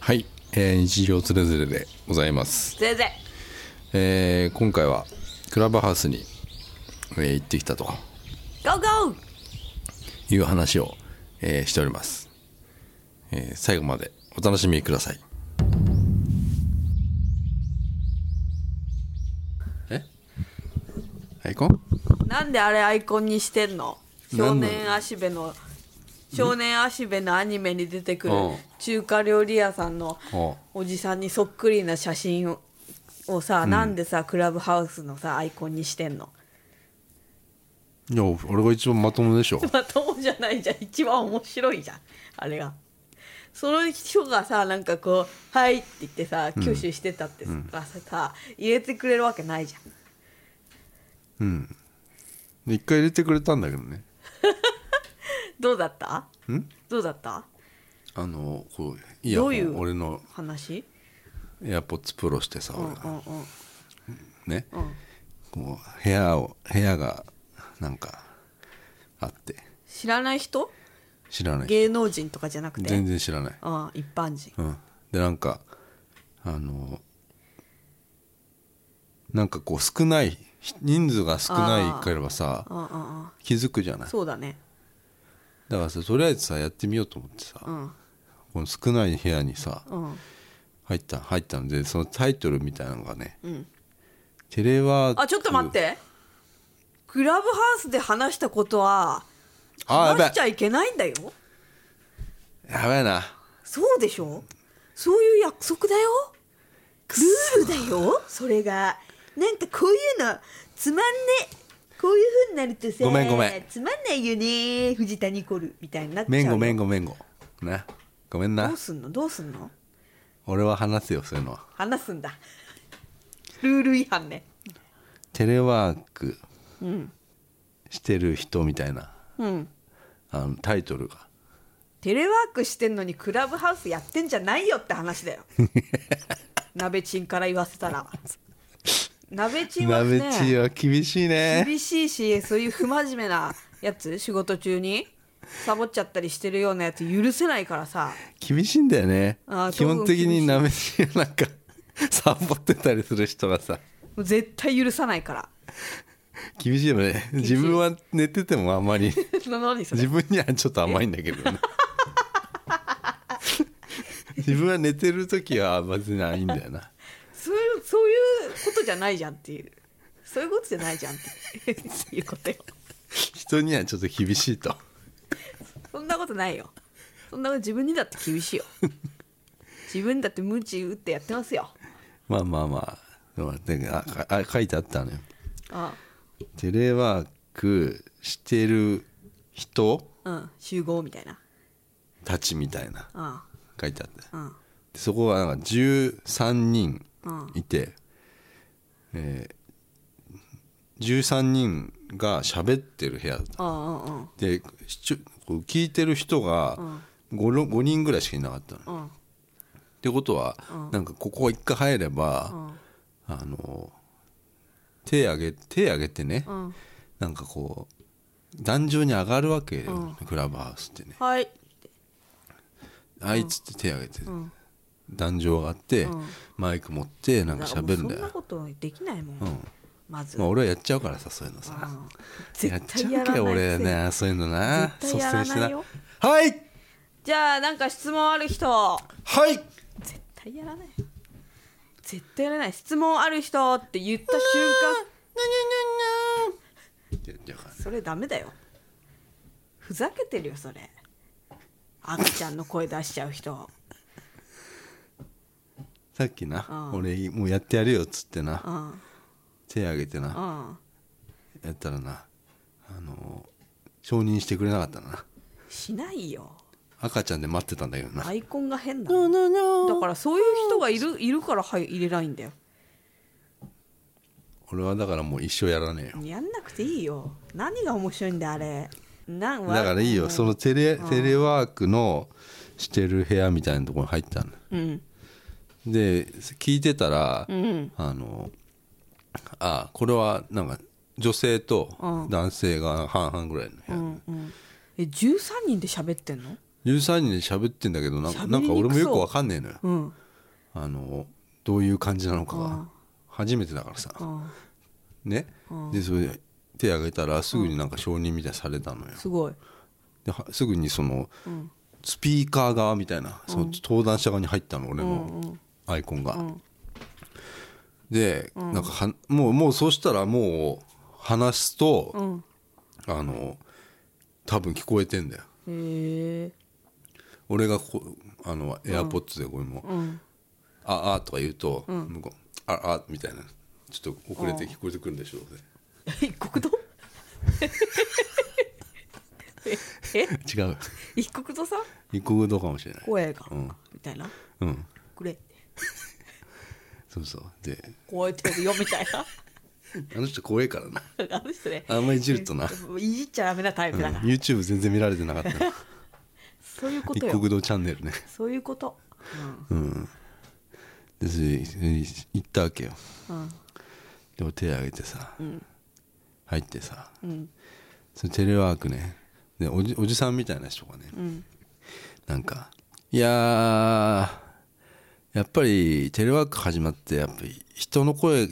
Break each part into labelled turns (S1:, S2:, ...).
S1: はい、えー日常つれづれでございます、
S2: 全然
S1: えー今回はクラブハウスに、えー行ってきたと
S2: ゴーゴー
S1: いう話を、えーしております、えー最後までお楽しみくださいえアイコン
S2: なんであれアイコンにしてんの少
S1: 何なの
S2: 年足部の少年足部のアニメに出てくる
S1: うん
S2: 中華料理屋さんの
S1: う
S2: おじさんにそっくりな写真ををさ、なんでさクラブハウスのさアイコンにしてんの
S1: いや俺が一番まともで しょ
S2: まともじゃないじゃん一番面白いじゃんあれがその人がさなんかこう「はい」って言ってさ挙手してたってさ,、さ入れてくれるわけないじゃん
S1: で一回入れてくれたんだけどね
S2: どうだったどうだった
S1: あのこうイヤホン
S2: どういう
S1: 俺の
S2: 話
S1: エアポッツプロしてさ、
S2: うんう
S1: 俺が
S2: んうん
S1: ね、
S2: ん
S1: こう部屋を部屋がなんかあって
S2: 知らない人
S1: 知らない
S2: 芸能人とかじゃなくて
S1: 全然知らない、
S2: ああ一般人
S1: うん、でなんかあのなんかこう少ない人数が少ないからさ
S2: うんうんうん
S1: 気づくじゃない
S2: そうだね
S1: だからさとりあえずさやってみようと思ってさ、
S2: うん
S1: この少ない部屋にさ
S2: うん
S1: 入った入ったんでそのタイトルみたいなのがね
S2: うん
S1: テレワーク
S2: あちょっと待ってクラブハウスで話したことは
S1: あやべ
S2: 話しちゃいけないんだよ
S1: えやべえな
S2: そうでしょそういう約束だよルールだよそれがなんかこういうのつまんねこういうふうになるとさ
S1: ごめんごめん
S2: つまんないよね藤田ニコルみたいになっちゃう
S1: めん
S2: よ
S1: ごめんごめんごねごめんな
S2: どうすんのどうすんの
S1: 俺は話すよそういうのは
S2: 話すんだルール違反ね
S1: テレワークしてる人みたいな、
S2: うん
S1: あのタイトルが
S2: テレワークしてんのにクラブハウスやってんじゃないよって話 だよ鍋ちんから言わせたら鍋ちんは
S1: 鍋ち
S2: ね
S1: は厳しいね
S2: 厳しいしそういう不真面目なやつ仕事中にサボっちゃったりしてるようなやつ許せないからさ
S1: 厳しいんだよね
S2: あー
S1: 基本的に鍋ちはなんか サボってたりする人がさ
S2: もう絶対許さないから
S1: 厳しいよね自分は寝ててもあんまり
S2: 何それ
S1: 自分にはちょっと甘いんだけど ね自分は寝てる時は別にないいんだよな
S2: そういうそういうことじゃないじゃんっていうそういうことじゃないじゃんって っていうことよ
S1: 人にはちょっと厳しいと
S2: そんなことないよ。そんなこと自分にだって厳しいよ。 自分だって無知打ってやってますよ。
S1: まあまあまあまあでもあああ書いてあったのよ
S2: あ
S1: テレワークしてる人
S2: あうん、集合みたいな。
S1: たちみたいな
S2: あ
S1: 書いてあって
S2: あうん、
S1: でそこがなんか13人いて、えー、13人が喋ってる部屋だった
S2: ああ、うん、
S1: でしちゅこう聞いてる人が 5, 5人ぐらいしかいなかったの、
S2: うん
S1: ってことは、なんかここ一回入れば、あの手上げ手上げてね、
S2: ん
S1: なんかこう壇上に上がるわけよ、クラブハウスってね
S2: はい。
S1: あいつって手上げて、壇上上がって、マイク持ってなんか喋るんだ
S2: そんな
S1: よ、
S2: ことできないもん。
S1: ん
S2: まず、
S1: まあ、俺はやっちゃうからさそういうのさ、
S2: うん
S1: やっ
S2: 絶
S1: ち
S2: 対
S1: ゃ
S2: や
S1: う
S2: ら
S1: か
S2: な
S1: よ
S2: いくせ
S1: 俺
S2: に
S1: ねそういうのな
S2: 絶対やらないよ
S1: 率先してなはい
S2: じゃあ、なんか質問ある人。
S1: はい
S2: 絶対やらない。絶対やらない。質問ある人って言った瞬間。
S1: ってやっちゃうから
S2: それダメだよふざけてるよそれあきちゃんの声出しちゃう人
S1: さっきな、俺もうやってやるよっつってな、
S2: ん
S1: 手挙げて
S2: う
S1: な、
S2: ん
S1: やったらなあのー承認してくれなかったな
S2: しないよ
S1: 赤ちゃんで待ってたんだけどな
S2: アイコンが変なのだからそういう人がいるいるから入入れないんだよ
S1: 俺はだからもう一生やらねえよ
S2: やんなくていいよ何が面白いんだよあれなんわ
S1: だからいいよそのテレテレワークのしてる部屋みたいなところに入ったの
S2: うん
S1: で聞いてたら、
S2: ん
S1: あのあこれはなんか女性と男性が半々ぐらいの部屋、
S2: うんえ13人で喋ってんの
S1: 13人で喋ってんだけどなん
S2: 喋りにくそう
S1: なんか俺もよくわかんねえのよ
S2: うん
S1: あのどういう感じなのか
S2: う
S1: が
S2: ん
S1: 初めてだからさ
S2: うん
S1: ね
S2: うん
S1: でそれで手挙げたらすぐになんか承認みたいにされたのよ
S2: すごい
S1: ではすぐにその
S2: うん
S1: スピーカー側みたいなその登壇者側に入ったの俺
S2: うん
S1: のアイコンが
S2: うん
S1: でなんかはもうもうそうしたらもう話すと
S2: うん
S1: あの多分聞こえてんだよ
S2: へえ
S1: 俺がこうあのエアポッツでこれも
S2: うん
S1: 「ああ」とか言うと向こう「ああ」みたいなちょっと遅れて聞こえてくるんでしょうね
S2: え一国堂 ええ
S1: 違う
S2: 一国堂さん
S1: 一国どかもしれない
S2: 声が、
S1: うん
S2: みたいな
S1: うん
S2: くれ
S1: そうそうで
S2: こうやってるよみたいな
S1: あの人怖えからな
S2: あの人ね
S1: あんまいじるとな、
S2: いじっちゃダメなタイ
S1: う
S2: プ
S1: ん
S2: だから、
S1: YouTube 全然見られてなか ったな
S2: そういうこ
S1: 一
S2: とよ
S1: 国道チャンネルね
S2: そういうこと
S1: うんでそれで行ったわけよ
S2: うんうん
S1: でも手挙げてさ、入ってさ
S2: うん
S1: それテレワークねでおじおじさんみたいな人がね、
S2: うん
S1: なんかいやーやっぱりテレワーク始まってやっぱり人の声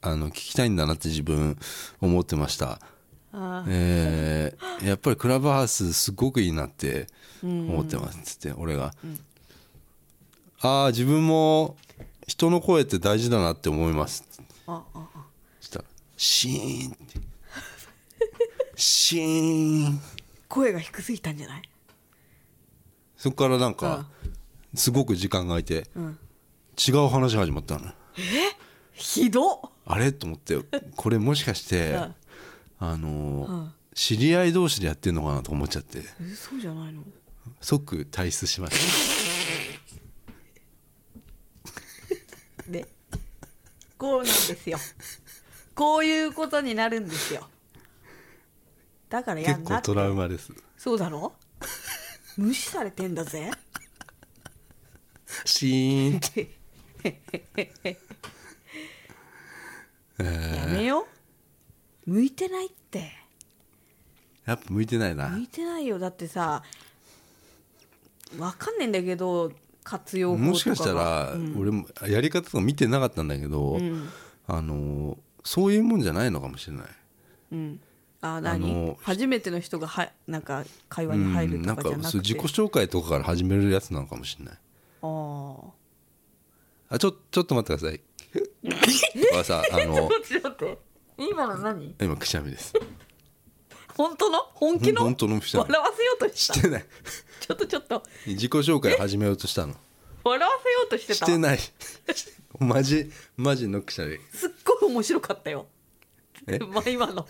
S1: あの聞きたいんだなって自分思ってました
S2: あ
S1: えーやっぱりクラブハウスすごくいいなって思ってますっつって俺が、ああ自分も人の声って大事だなって思います
S2: ああああ
S1: そしたらシーンってシー ン
S2: 声が低すぎたんじゃない
S1: そこからなんかすごく時間が空いて、
S2: ん
S1: 違う話が始まったの
S2: ひどっ
S1: あれと思ってこれもしかして、
S2: うん
S1: あのー
S2: うん
S1: 知り合い同士でやってんのかなと思っちゃって
S2: えそうじゃないの
S1: 即退出しました
S2: でこうなんですよこういうことになるんですよだからや
S1: 結
S2: んな
S1: 構
S2: って
S1: トラウマです
S2: そうだろ無視されてんだぜ
S1: シーンって
S2: やめよう向いてないって
S1: やっぱ向いてないな
S2: 向いてないよだってさわかんねえんだけど活用法とかが
S1: もしかしたら、俺もやり方とか見てなかったんだけど、
S2: ん
S1: あのーそういうもんじゃないのかもしれない
S2: うん、あ何
S1: あの
S2: 初めての人がはなんか会話
S1: う
S2: に入
S1: ん
S2: る
S1: なんか
S2: とかじゃなくて、
S1: そう自己紹介とかから始めるやつなのかもしれない
S2: あ
S1: あちょちょっと待ってください とかさあ
S2: あ
S1: の
S2: ちょっと待って今の何
S1: 今くしゃみです
S2: 本当の本気の
S1: ほん本当のくしゃみ
S2: 笑わせようとした
S1: してない
S2: ちょっとちょっと
S1: 自己紹介始めようとしたの
S2: 笑わせようとして
S1: したて ないマジマジのくしゃみ
S2: すっごい面白かったよ
S1: え
S2: まあ今の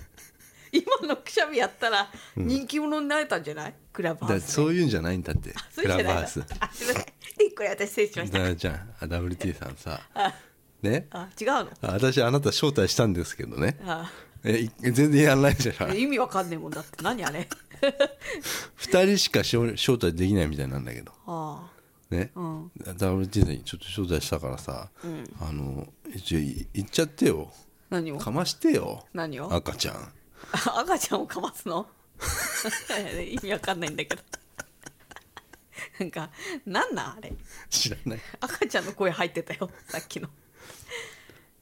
S2: 今のくしゃみやったら人気者になれたんじゃない、クラブハ
S1: だ
S2: ウス
S1: そういうんじゃないんだって
S2: そ
S1: ク
S2: うじゃ
S1: ラブ
S2: ないな
S1: ハウスだ
S2: あすいません 一個私失礼しました
S1: からじゃあ WT さんさ
S2: あ
S1: ね
S2: あ違うの
S1: あ私あなた招待したんですけどね
S2: あ
S1: えい全然やらないじゃん
S2: 意味わかんねえもんだって何 あれ
S1: 2人しか招招待できないみたいなんだけど
S2: あ
S1: ね、
S2: あうん
S1: WT さんにちょっと招待したからさ、あの一応い行っちゃってよ
S2: 何を
S1: かましてよ
S2: 何を
S1: 赤ちゃん
S2: あ 赤ちゃんをかますの 意味わかんないんだけど なんかなんなんあれ
S1: 知らない
S2: 赤ちゃんの声入ってたよさっきの、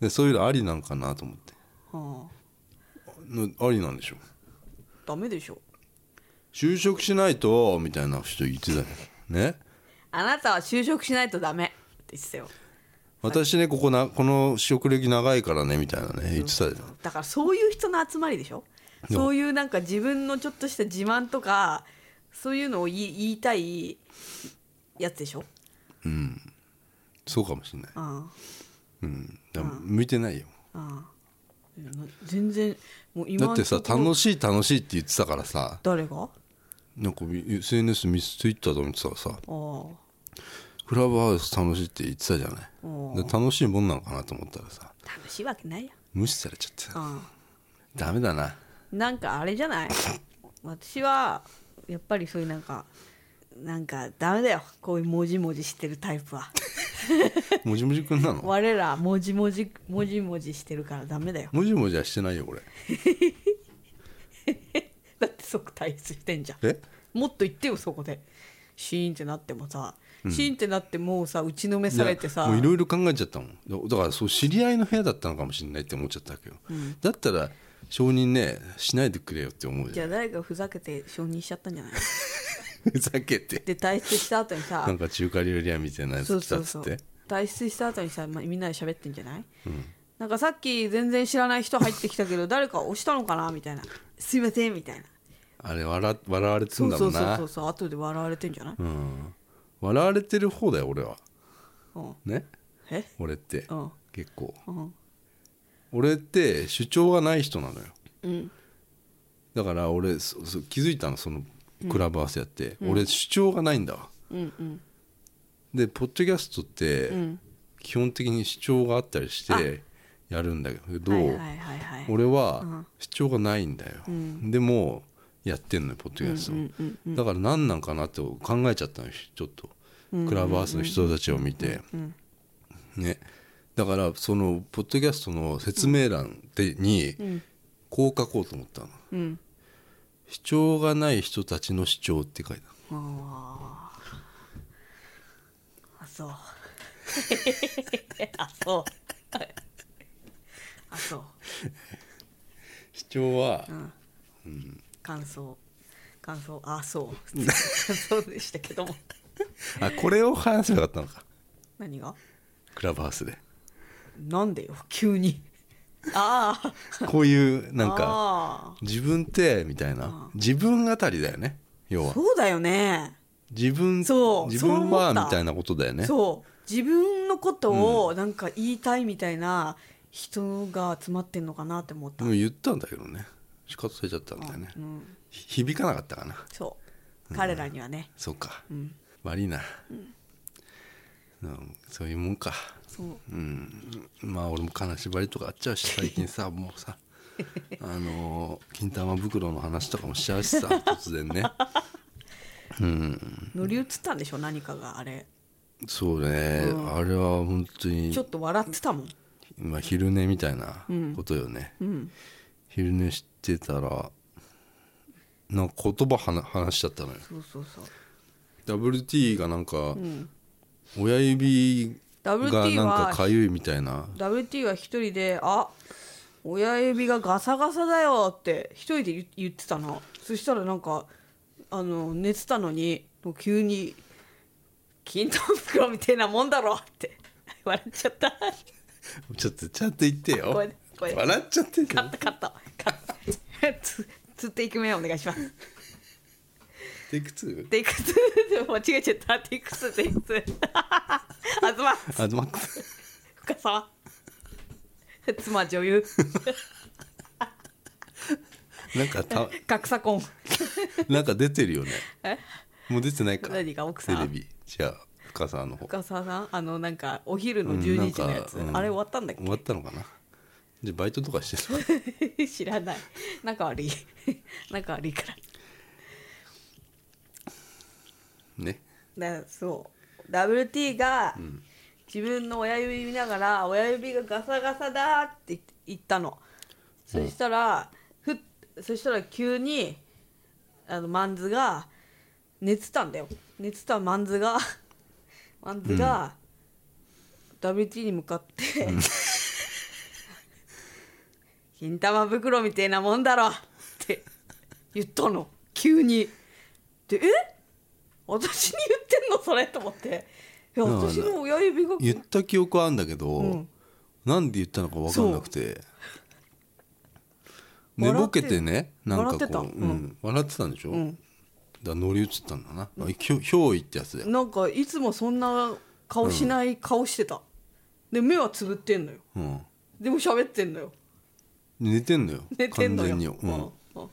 S1: でそういうのありなんかなと思って
S2: は
S1: のありなんでしょ
S2: あ、ダメでしょ
S1: 就職しないとみたいな人言ってたよね
S2: あなたは就職しないとダメって言ってたよ
S1: 私ねここなこの職歴長いからねみたいなね言ってたよ
S2: だからそういう人の集まりでしょ
S1: うん
S2: そういうなんか自分のちょっとした自慢とかそういうのを言い言いたいやつでしょ、
S1: そうかもしれない
S2: うん
S1: うんだから向いてないよ
S2: うんいやな全然もう今
S1: だってさ
S2: のところ
S1: 楽しい楽しいって言ってたからさ
S2: 誰があ
S1: なんか SNS ミス Twitter と見てたらさ
S2: あ
S1: クラブハウス楽しいって言ってたじゃない
S2: うん
S1: で楽しいもんなのかなと思ったらさ
S2: 楽しいわけないや
S1: 無視されちゃって
S2: う
S1: さ
S2: ん
S1: ダメだな
S2: なんかあれじゃない私はやっぱりそういうなんかなんかダメだよこういうもじもじしてるタイ プは
S1: もじもじくんな の
S2: 我らもじもじもじもじしてるからダメだよ
S1: もじもじはしてないよこれ
S2: だって即退出してんじゃん
S1: え
S2: もっと言ってよそこでシーンってなってもさ、シーンってなってもうさ打ちのめされてさ
S1: いやもういろいろ考えちゃったもんだだからそう知り合いの部屋だったのかもしれないって思っちゃったわけど、だったら承認ねしないでくれよって思うじ
S2: じ
S1: ゃ
S2: ゃ
S1: ん
S2: あ誰かふざけて承認しちゃったんじゃない
S1: ふざけて
S2: で退出した後にさ
S1: なんか中華料理屋みたいなや
S2: そ
S1: つ来
S2: う
S1: た
S2: そ
S1: っつっ
S2: うそう
S1: て
S2: 退出した後にさ、まあ、みんなで喋ってんじゃない、なんかさっき全然知らない人入ってきたけど誰か押したのかなみたいな「すいません」みたいな
S1: あれ笑笑われて
S2: そ
S1: ん
S2: う
S1: だ
S2: そ
S1: ろう
S2: うそう
S1: な
S2: そうそう後で笑われてんじゃない、
S1: うん笑われてる方だよ俺は
S2: うん、
S1: ね
S2: え
S1: 俺って
S2: うん
S1: 結構
S2: うん
S1: 俺って主張がない人なのよ
S2: うん
S1: だから俺そそ気づいたのそのクラブ合わせやって、俺主張がないんだわ
S2: うんうん
S1: でポッドキャストって、
S2: うん
S1: 基本的に主張があったりしてやるんだけど、
S2: はいはいはいはい
S1: 俺は
S2: うん
S1: 主張がないんだよ、
S2: うん
S1: でもやってんのよポッドキャストを、
S2: うんうんうん
S1: だから何なんかなって考えちゃったのよちょっと、
S2: うん
S1: クラブハウスの人たちを見て、
S2: うん
S1: ねだからそのポッドキャストの説明欄でに
S2: うん
S1: こう書こうと思ったの
S2: うん
S1: 「主張がない人たちの主張」って書いたの
S2: あーあそう あそうあそう
S1: 主張は、
S2: 感想感想あそう感想でしたけども
S1: あこれを話せばよかったのか
S2: 何が
S1: クラブハウスで
S2: なんでよ急にああ
S1: こういうなんか
S2: あ
S1: 自分ってみたいな自分語りだよね要
S2: あ
S1: は
S2: そうだよね
S1: 自分
S2: そう
S1: 自分
S2: そう思
S1: は
S2: った
S1: みたいなことだよね
S2: そう自分のことをなんか言いたいみたいな人が詰まってんのかなって思った、
S1: でも言ったんだけどね仕方されちゃったんだよね、
S2: うん、
S1: ひ響かなかったかな
S2: そう彼らにはね、
S1: そうか、悪いな、うんそういうもんか
S2: そう
S1: うんまあ俺も金縛りとかあっちゃうし最近さ もうさあのー金玉袋の話とかもしちゃう しさ突然ね
S2: 乗り移ったんでしょ何かがあれ
S1: そうね、あれは本当に
S2: ちょっと笑ってたもん
S1: まあ、昼寝みたいなことよね、昼寝してたらなんか言葉はな話しちゃったのよ
S2: そうそうそう
S1: WT がなんか、親指がなんか
S2: WT は
S1: かゆいみたいな
S2: WT は一人で「あ親指がガサガサだよ」って一人で言言ってたのそしたらなんかあの寝てたのに急に「金玉袋みたいなもんだろ」って笑っちゃった
S1: ちょっとちゃんと言ってよ
S2: これこれ
S1: 笑っちゃってんじゃ
S2: カッ
S1: ん
S2: トカットカットつつっていく目お願いします
S1: テイク2
S2: テイクツー間違えちゃったテイクツーテイクツーあずま
S1: あマックス
S2: 深沢妻女優
S1: なんかた
S2: 格差婚
S1: なんか出てるよね
S2: え
S1: もう出てないか
S2: 何が奥
S1: テ
S2: さん
S1: レビじゃあ深沢の方
S2: 深澤さんあのなんかお昼の
S1: うん
S2: 12時のやつ、
S1: なんかうん
S2: あれ終わったんだっ
S1: 終わったのかなじゃあバイトとかしてるの
S2: け 知らない仲悪い 仲悪いから
S1: ね
S2: だからそう WT が自分の親指見ながら親指がガサガサだって言ったのそしたら、ふっそしたら急にあのマンズが寝てたんだよ寝てたマンズがマンズが、WT に向かって、 金玉袋みてえなもんだろって言ったの急にでえ私に言ってんのそれと思っていや
S1: うん
S2: 私の親指が
S1: 言った記憶はあるんだけど、
S2: うん
S1: なんで言ったのか分かんなくて寝ぼけてねなんかこう
S2: 笑ってた
S1: うん笑ってたんでしょ、
S2: ん
S1: だから乗り移ったんだな、まあひょ憑依ってやつだよ、
S2: なんかいつもそんな顔しない顔してた、で目はつぶってんのよ
S1: うん、
S2: でも喋ってんのよ
S1: 寝てんのよ
S2: 寝てんのよ
S1: 完全に、うん
S2: うんうん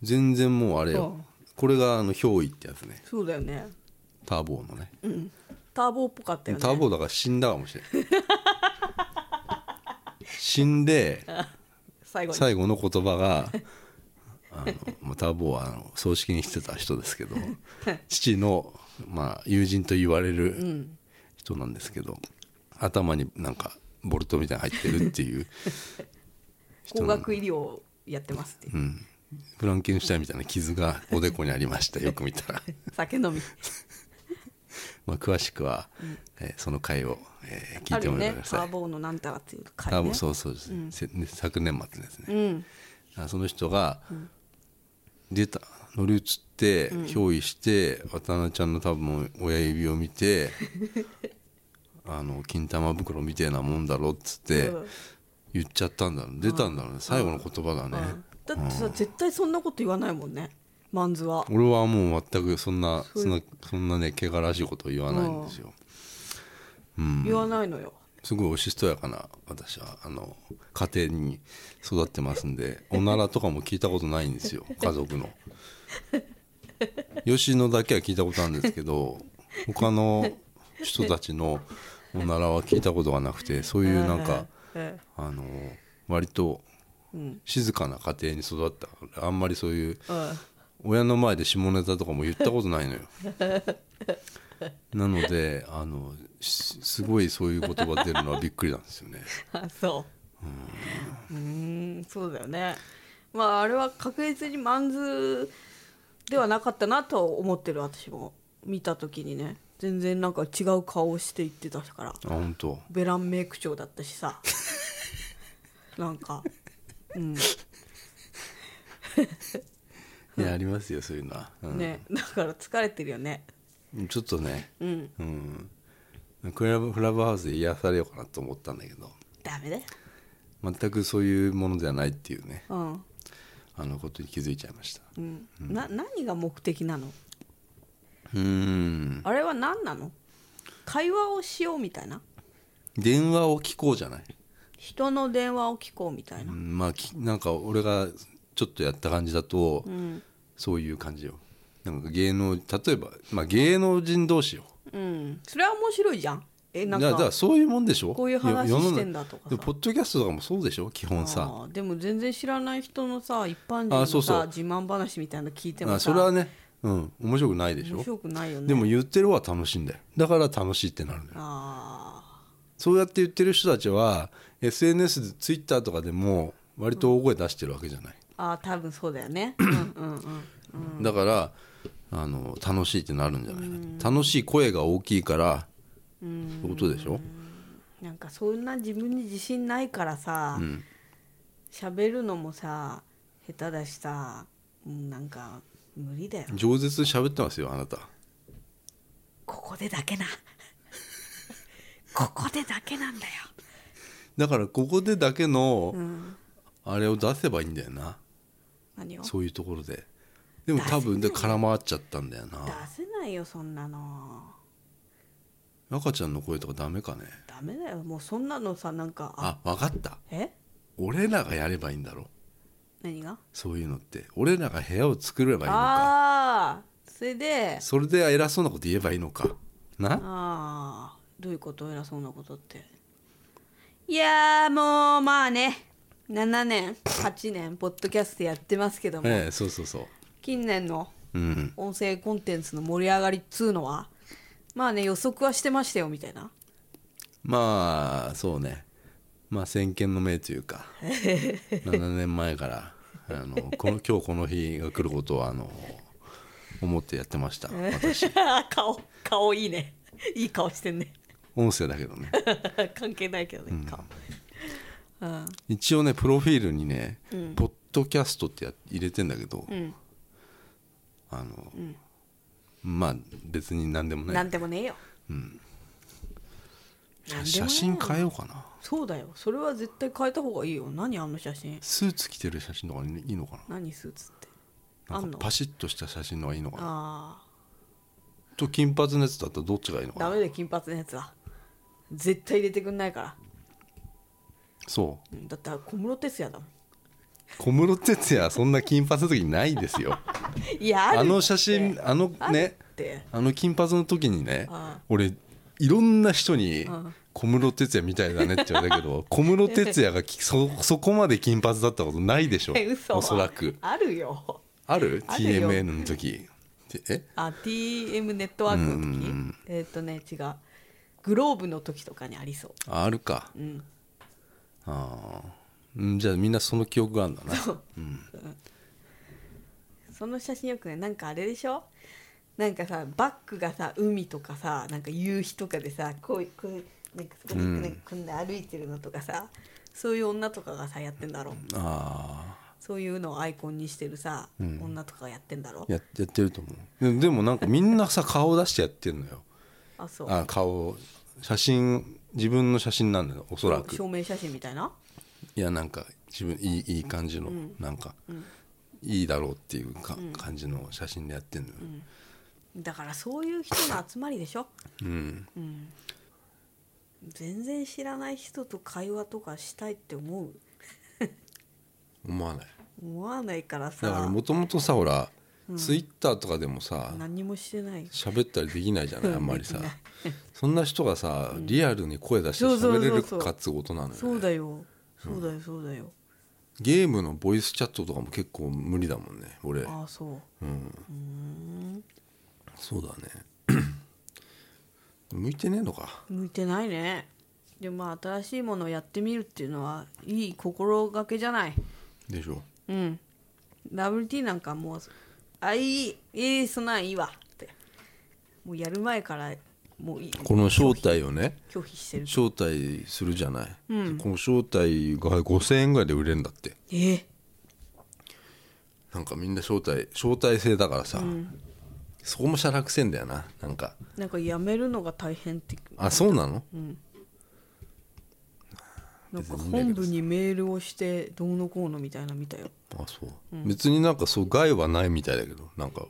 S1: 全然もうあれよ、
S2: うん
S1: これがあの憑依ってやつね
S2: そうだよね
S1: ターボーのね
S2: ターボーっぽかったよね
S1: ターボーだから死んだかもし れない死んで
S2: 最後に
S1: 最後の言葉 があのまあターボーはあの葬式に来てた人です けど父の、まあ、友人と言われる人なんですけど、頭になんかボ ルトみたいなの入ってるっていう、
S2: 工学医療やってますっ
S1: う
S2: て、
S1: ん、フランケンシュタインみたいな傷がおでこにありましたよく見たら、
S2: 酒飲み
S1: まあ、詳しくは、えーその回を、えー聞
S2: あ
S1: い
S2: る
S1: て
S2: よ
S1: もらって
S2: ね
S1: くだ
S2: タ
S1: さ
S2: ー
S1: い、
S2: ボーのなんたらっていう
S1: あ
S2: 会ね
S1: そうそうです、せね昨年末ですね、
S2: うん
S1: あその人が出た乗り移って、憑依して渡辺ちゃんの多分親指を見 てあの金玉袋みたいなもんだろっつって
S2: うん
S1: 言っちゃったんだろう出たんだろうね最後の言葉がね、
S2: だってさ絶対そんなこと言わないもんねマンズは
S1: 俺はもう全くそんなそんなそんなね汚らしいことを言わないんですよ、
S2: 言わないのよ
S1: すごいおしとやかな私はあの家庭に育ってますんでおならとかも聞いたことないん ですよ家族の吉野だけは聞いたことあるんですけど他の人たちのおならは聞いたことがなくてそういうなんか
S2: ええ
S1: あの割と
S2: うん
S1: 静かな家庭に育ったからあんまりそういう
S2: うん
S1: 親の前で下ネタとかも言ったことない のよなのであのしすごいそういう言葉出るのはびっくりなんですよね
S2: あそううーんそうだよねまああれは確実にマンズではなかったなと思ってる私も見た時にね全然なんか違う顔をして言ってたから
S1: あ本当
S2: ベランメイク長だったし さなんかうん
S1: いやありますよそういうのは、うん
S2: ねだから疲れてるよね
S1: ちょっとね
S2: うん
S1: うんクラブクラブハウスで癒されようかなと思ったんだけど
S2: ダメだよ
S1: 全くそういうものではないっていうね
S2: うん、
S1: あのことに気づいちゃいました
S2: うん、な何が目的なの
S1: うーん
S2: あれは何なの会話をしようみたいな
S1: 電話を聞こうじゃない、
S2: 人の電話を聞こうみたいうな、
S1: んまあきなんか俺がちょっとやった感じだと、
S2: うん
S1: そういう感じよなんか芸能例えば、まあ、芸能人同士よ
S2: うん、それは面白いじゃんえなん
S1: いやだから
S2: か
S1: そういうもんでしょ
S2: こういう話
S1: よ世の中
S2: してんだとかさ
S1: でもポッドキャストとかもそうでしょ基本さ
S2: あーでも全然知らない人のさ一般人のさ
S1: あそうそう
S2: 自慢話みたいなの聞いてもさ
S1: あそれはねうん面白くないでし
S2: 面
S1: ょ
S2: 白くないよね
S1: でも言ってる方は楽しいんだよだから楽しいってなるんだよ
S2: あ
S1: そうやって言ってる人たちは SNS ツイッターとかでも割と大声出してるわけじゃない、
S2: ーあー多分そうだよねうんうんうん
S1: だからあの楽しいってなるんじゃないかと楽しい声が大きいからってことでしょ
S2: なんかそんな自分に自信ないからさ
S1: ん
S2: 喋、るのもさ下手だしさうんなんか無理だよ
S1: 饒舌に喋ってますよあなた
S2: ここでだけな ここでだけなんだよ
S1: だからここでだけの、あれを出せばいいんだよな
S2: 何を
S1: そういうところででも多分で空回っちゃったんだよな
S2: 出せないよそんなの
S1: 赤ちゃんの声とかダメかね
S2: ダメだよもうそんなのさなんかあ
S1: あ分かった
S2: え
S1: 俺らがやればいいんだろ
S2: 何が
S1: そういうのって俺らが部屋を作ればいいのか
S2: ああそれで
S1: それで偉そうなこと言えばいいのかな
S2: ああどういうこと偉そうなことっていやーもうまあね7年8年ポッドキャストやってますけども、
S1: ええそうそうそ
S2: 近年の
S1: ううん
S2: 音声コンテンツの盛り上がりっつうのはまあね予測はしてましたよみたいな
S1: まあそうねまあ先見の明というか7年前からあのこの今日この日が来ることはあの思ってやってました私
S2: 顔顔いいね いい顔してんね
S1: 音声だけどね
S2: 関係ないけどね、顔
S1: 一応ねプロフィールにね、ポッドキャストってや入れてんだけど、
S2: ん
S1: あの、まあ別に何でもな
S2: ないんでもねえよ、なんでもねえよ
S1: 写真変えようかな
S2: そうだよそれは絶対変えた方がいいよ何あの写真
S1: スーツ着てる写真とかいいのか
S2: 何スーツって
S1: な
S2: あ
S1: なんんか
S2: の
S1: パシッとした写真のがいいのかな
S2: ああ
S1: と金髪のやつだったらどっちがいいのか
S2: ダ
S1: な
S2: メだよ金髪のやつは絶対入れてくんないから
S1: そう
S2: うんだって小室哲哉だもん
S1: 小室哲哉はそんな金髪の時にないですよ
S2: いや ある
S1: あの写真あの
S2: ある
S1: ね
S2: って
S1: あの金髪の時にね
S2: あ
S1: 俺いろんな人に
S2: ん
S1: 小室哲哉みたいだねって言われたけ ど小室哲哉がきそそこまで金髪だったことないでしょ
S2: え 嘘
S1: おそらく
S2: あるよ
S1: ある
S2: あるよ
S1: TMN の時てえ
S2: あ TM ネットワークの時えーっ、とね違うグローブの時とかにありそ
S1: ああるか
S2: ううん
S1: あーうんじゃあみんなその記憶があるんだな
S2: そうその写真よくねなんかあれでしょなんかさバックがさ海とかさなんか夕日とかでさこういうこういうなんかそこに
S1: うん
S2: なんかこんな歩いてるのとかさ、そういう女とかがさやってんだろ
S1: ああ
S2: そういうのをアイコンにしてるさ、
S1: ん
S2: 女とかがやってんだろ
S1: ややってると思うでもでもなんかみんなさ顔出してやってんのよ
S2: あそう
S1: あ顔写真自分の写真なんだよおそらく
S2: 証明写真みたいない
S1: やなんか自分いいいい感じの、なんか、いいだろうっていうか、感じの写真でやってんのよ、
S2: だからそういう人の集まりでしょ
S1: うん
S2: 全然知らない人と会話とかしたいって思う
S1: 思わない
S2: 思わないから
S1: だから
S2: さ
S1: もともとさほら、ツイッターとかでもさ
S2: 何もしてない
S1: 喋ったりできないじゃないあんまりさ
S2: できない
S1: そんな人がさリアルに声出して
S2: そうそう
S1: 喋
S2: そう
S1: れ
S2: そう
S1: るかっつうことなのよね
S2: そうだよそうだよそうだよ、
S1: ゲームのボイスチャットとかも結構無理だもんね俺
S2: ああそう
S1: そうだね 向いてねえのか
S2: 向いてないねでもまあ新しいものをやってみるっていうのはいい心がけじゃない
S1: でしょ
S2: うん WT なんかもうあいいいいそんなんいいわってもうやる前からもういい
S1: この招待をね
S2: 拒否してる
S1: 招待するじゃない、この招待が5000円ぐらいで売れるんだって
S2: えー
S1: なんかみんな招待招待制だからさ、そこも写楽せんだよななんか
S2: なんかやめるのが大変って
S1: あそうなの、
S2: なん
S1: 別
S2: か
S1: にいいんだけ
S2: 本
S1: ど
S2: 部にメールをしてどうのこうのみたいな見たよ
S1: あそう、別になんかそう害はないみたいだけどなんか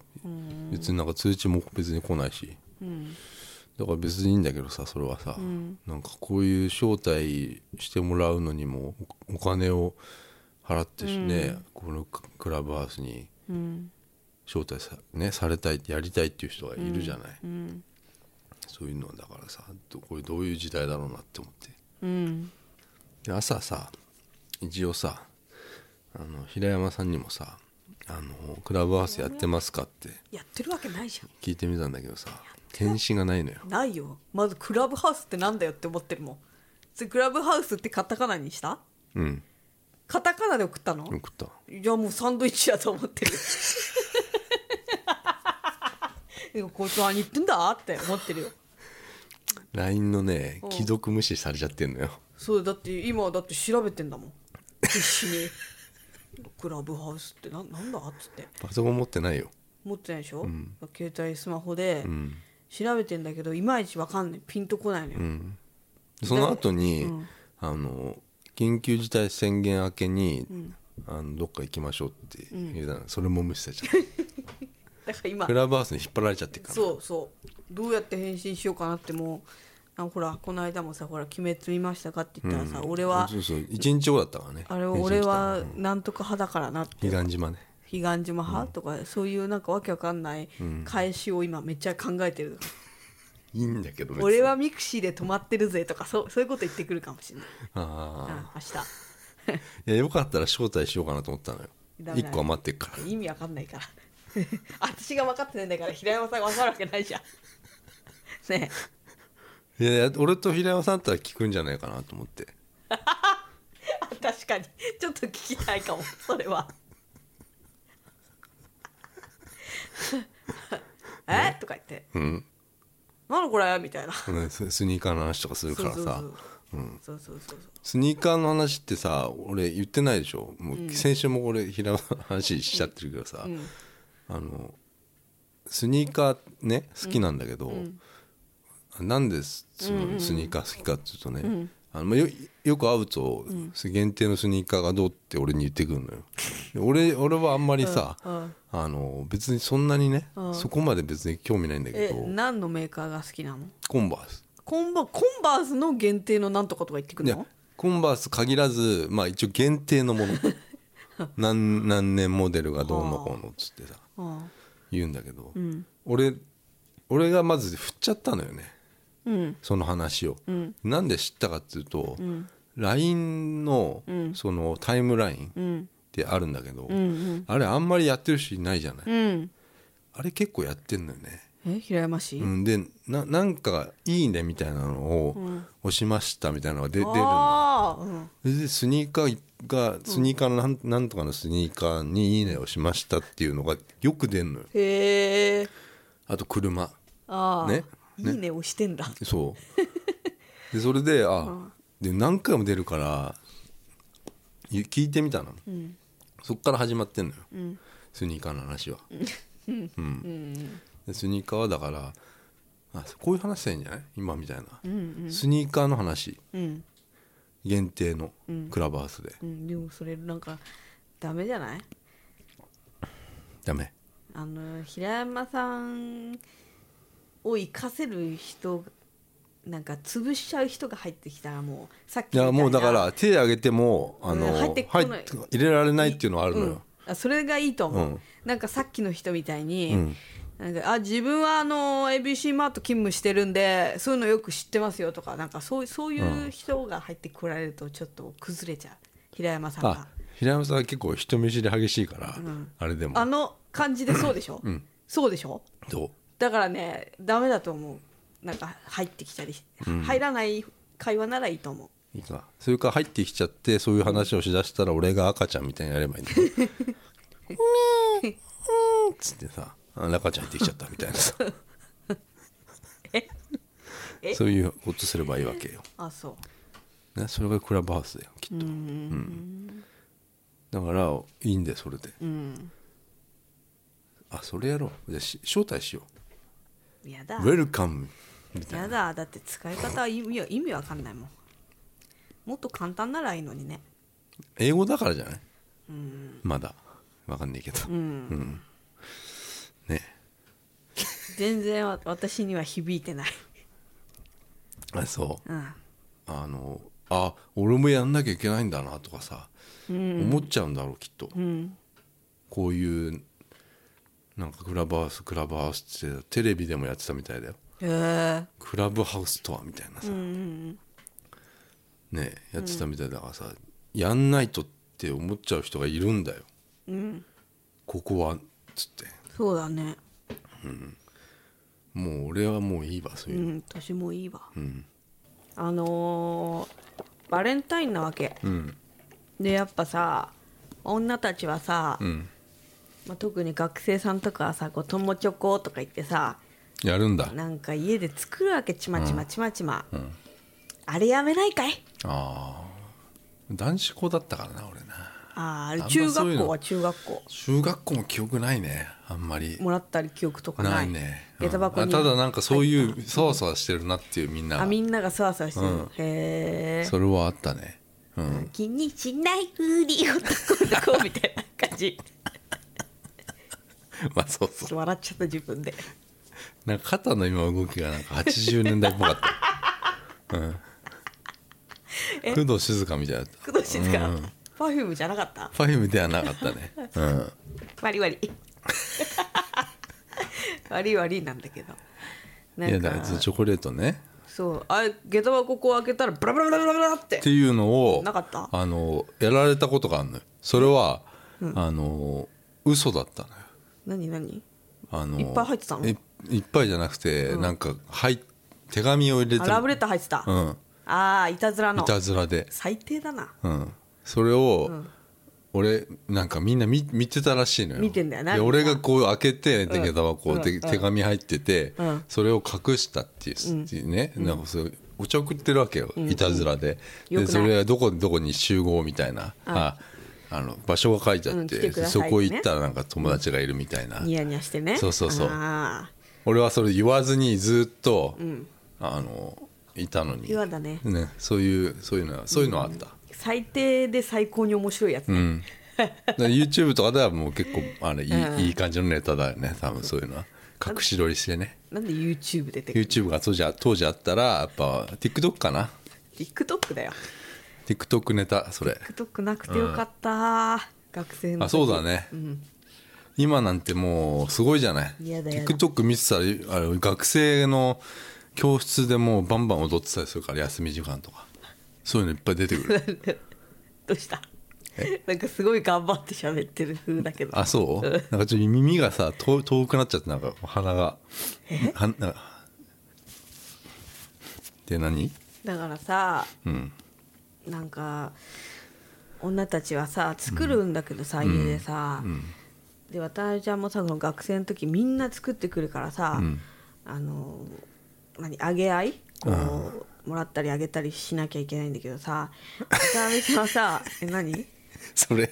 S1: 別になんか通知も別に来ないし、だから別にいいんだけどさそれはさ、なんかこういう招待してもらうのにもおお金を払ってしね、このククラブハウスに招待さ,、ね、されたいやりたいっていう人がいるじゃない、そういうのはだからさどこれどういう時代だろうなって思って。
S2: うん
S1: で朝さ一応さあの平山さんにもさあの「クラブハウスやってますか?」って
S2: やってるわけないじゃ
S1: 聞いてみたんだけどさ返信がないのよ
S2: んないよまずクラブハウスってなんだよって思ってるもんそれクラブハウスってカタカナにした
S1: うん
S2: カタカナで送ったの、
S1: 送った
S2: いやもうサンドイッチやと思ってるいやこいつ何言ってんだって思ってるよ
S1: LINE のね既読無視されちゃってんのよ
S2: そうだって今はだって調べてんだもん必死にクラブハウスってななんだっつって
S1: パソコン持ってないよ
S2: 持ってないでしょ、携帯スマホで調べてんだけどいまいちわかんないピンとこないのよ、
S1: その後に、あの緊急事態宣言明けに、あのどっか行きましょうって言うたの、それも無視されちゃっ
S2: だから
S1: た
S2: 今
S1: クラブハウスに引っ張られちゃってっから
S2: そうそうどうやって返信しようかなってもうあほらこの間もさ「ほら鬼滅見ましたか?」って言ったらさ、俺は
S1: そうそう1日後だったからね
S2: あれ
S1: 返信来
S2: 俺
S1: たの
S2: はなんとか派だからなって
S1: 彼岸島ね
S2: 彼岸島派、とかそういうなんかわけわかんない返しを今めっちゃ考えてる、
S1: いいんだけど別に
S2: 俺はミクシーで止まってるぜとかそうそういうこと言ってくるかもしれない、
S1: あ
S2: うん明
S1: あいやよかったら招待しようかなと思ったのよ
S2: ダメだ
S1: 1個余ってっから
S2: 日意味わかんないから 私が分かってないんだから平山さんが分かるわけないじゃん ね
S1: いやいや俺と平山さんだったら聞くんじゃないかなと思って
S2: えあ 確かにちょっと聞きたい かもそれはえとか言って
S1: うん
S2: 「なのこれ?」みたいな
S1: うんススニーカーの話とかするからさ
S2: そうそうそうそうそうそうそう
S1: スニーカーの話ってさ俺言ってないでしょもう先週も俺平山さんの話しちゃってるけどさ、あのスニーカーね好きなんだけど、なんでそのスニーカー好きかっていうとね、あのまあよよく会うと、限定のスニーカーがどうって俺に言ってくるのよ俺俺はあんまりさ、あの別にそんなにね、そこまで別に興味ないんだけ
S2: え
S1: ど
S2: 何のメーカーが好きなの
S1: コンバース
S2: コンバコンバースの限定のなんとかとか言ってく
S1: い
S2: る
S1: や
S2: の
S1: コンバース限らずまあ一応限定のも の何何年モデルがどうのこうのっつってさ
S2: あ
S1: 言うんだけど、俺俺がまず振っちゃったのよね
S2: あうん
S1: その話を、なんで知ったかっていうと、LINE のそのタイムライン
S2: うん
S1: ってあるんだけど、
S2: うん
S1: あれあんまりやってる人いないじゃない、
S2: うん
S1: あれ結構やってんのよね
S2: え平山市、
S1: うん、でななんか「いいね」みたいなのを押しましたみたいなのが出,、出るの
S2: ああ、うん、
S1: でスニーカーがスニーカーのなんなんとかのスニーカーに「いいね」をしましたっていうのがよく出んのよ
S2: へえ
S1: あと車
S2: ああ、
S1: ねね
S2: いいね押してんだ
S1: そう でそれであ、で何回も出るからゆ聞いてみたの、そっから始まってんのよ、スニーカーの話は、でスニーカーはだからあこういう話したらいいんじゃない今みたいな、スニーカーの話
S2: うん、
S1: 限定のクラブハウスで、
S2: うん、でもそれなんかダメじゃない
S1: ダメ
S2: あの平山さんを生かせる人なんか潰しちゃう人が入ってきたらもうさっき
S1: い
S2: みた
S1: や
S2: いな
S1: もうだから手挙げてもあの、
S2: うん入ってこない
S1: 入っ入れられないっていうのはあるのよ、
S2: うんあそれがいいと思う、
S1: うん
S2: なんかさっきの人みたいに、なんかあ自分はあの ABC マート勤務してるんでそういうのよく知ってますよとかなんかそうそういう人が入ってこられるとちょっと崩れちゃう平山さん
S1: あ
S2: が
S1: 平山さんは結構人見知り激しいから、あれでも
S2: あの感じでそうでしょ、そうでしょ
S1: どう
S2: だからねダメだと思うなんか入ってきたり、入らない会話ならいいと思う
S1: いいかそれから入ってきちゃってそういう話をしだしたら俺が赤ちゃんみたいにやればいいんだ うーんうーんっつってさあ赤ちゃん入ってきちゃったみたいな さ
S2: え
S1: そういうことすればいいわけよ、
S2: あそう
S1: ね、それがクラブハウスだよきっとうんだからいいんでそれで、あそれやろうじゃあし招待しよ
S2: やだ
S1: うウェルカム
S2: やだだって使い方は意味は意味わかんないもんもっと簡単ならいいのにね
S1: 英語だからじゃないまだわかんないけどうんね
S2: 全然わ私には響いてない
S1: あそう
S2: うん
S1: あのあ俺もやんなきゃいけないんだなとかさ、思っちゃうんだろうきっと、こういうなんかクラブハウスクラブハウスってテレビでもやってたみたいだよ
S2: へえ
S1: クラブハウスとはみたいなさ、ねえやってたみたいだからさ、やんないとって思っちゃう人がいるんだよ、ここはつって
S2: そうだね
S1: もう俺はもういいわそう
S2: う
S1: いうの、
S2: ん私もいいわ、あのーバレンタインなわけ、でやっぱさ女たちはさ、まあ、特に学生さんとかはさこう友チョコとか言ってさ
S1: やるんだ
S2: なんか家で作るわけちまちまちまちま、あれやめないかい
S1: あー男子校だったからな俺な
S2: あああ
S1: ん
S2: れ
S1: ま
S2: 中
S1: そうい
S2: 学
S1: うの
S2: 校は中学校
S1: 中学校も記憶ないねあんまり
S2: もらったり記憶とかな
S1: ないいね、
S2: 下駄箱
S1: うん
S2: に
S1: あただなんかそういうそわそわしてるなっていうみんな
S2: あみんながそわそわしてる、
S1: うん
S2: へえ
S1: それはあったねうん
S2: 気にしないふりを男の子みたいな感じ
S1: まあそうそう
S2: 笑っちゃった自分で
S1: なんか肩の今動きがなんか80年代っぽか った、うん、工藤静香みたいだった
S2: 工藤静香、パフュームじゃなかった
S1: ファイムではなかった ね、うん、
S2: 割り割 り割り割りなんだけどない
S1: や
S2: ん
S1: だか
S2: から
S1: ずっとチョコレートね
S2: そうあれ下駄箱こう開けたらブラブラブラブラブラって
S1: っていうのを
S2: なかった
S1: あのやられたことがあるのよそれは、あの嘘だったのよ
S2: 何何
S1: あの
S2: いっぱい入ってたの
S1: えいっぱいじゃなくて、なんか入っ手紙を入れ
S2: あ
S1: て
S2: ラブレター入ってた、
S1: うん
S2: ああいたずらの
S1: いたずらで、
S2: 最低だな
S1: うん、それを、俺なんかみんな見見てたらしいのよ
S2: 見てんだよな
S1: で
S2: みんな
S1: 俺がこう開けてで下駄箱
S2: うん
S1: で
S2: うん
S1: 手紙入ってて、
S2: ん
S1: それを隠したっていう,、ねなんかそうお茶送ってるわけよ、いたずらで
S2: よ
S1: で
S2: くない
S1: それはどこどこに集合みたいな、ああの場所が書いてあ
S2: うん
S1: っ
S2: 来
S1: て,、
S2: てくださ
S1: そ
S2: いね
S1: こ行ったらなんか友達がいるみたいな、
S2: ニヤニヤしてね
S1: そうそうそう
S2: あ
S1: 俺はそれ言わずにずっと、あのいたの
S2: ー
S1: に
S2: ピュアだね
S1: ね、そういうそういうのはそういうのはあった、
S2: 最低で最高に面白いやつね、
S1: うん、 だから YouTube とかではもう結構あのいい,、
S2: うん
S1: いい感じのネタだよね多分そういうのは隠し撮りしてね
S2: なんで YouTube 出てくる
S1: YouTube が当時あ当時あったらやっぱ TikTok かな
S2: TikTok だよ
S1: TikTok ネタそれ
S2: TikTok なくてよかった、学生の時
S1: あそうだね、今なんてもうすごいじゃない
S2: やだやだ
S1: TikTok 見てたらあの学生の教室でもうバンバン踊ってたりするから休み時間とかそういうのいっぱい出てくる
S2: どうした なんかすごい頑張って喋ってる風だけど
S1: あそうなんかちょっと耳がさ遠遠くなっちゃってなんか鼻がはなんかで何
S2: だからさ
S1: うん
S2: なんか女たちはさ作るんだけどさ、家でさ、で渡辺ちゃんもさその学生の時みんな作ってくるからさ、
S1: うん
S2: あの何あげ合いこう、もらったりあげたりしなきゃいけないんだけどさ渡辺ちゃんはさ え何
S1: それ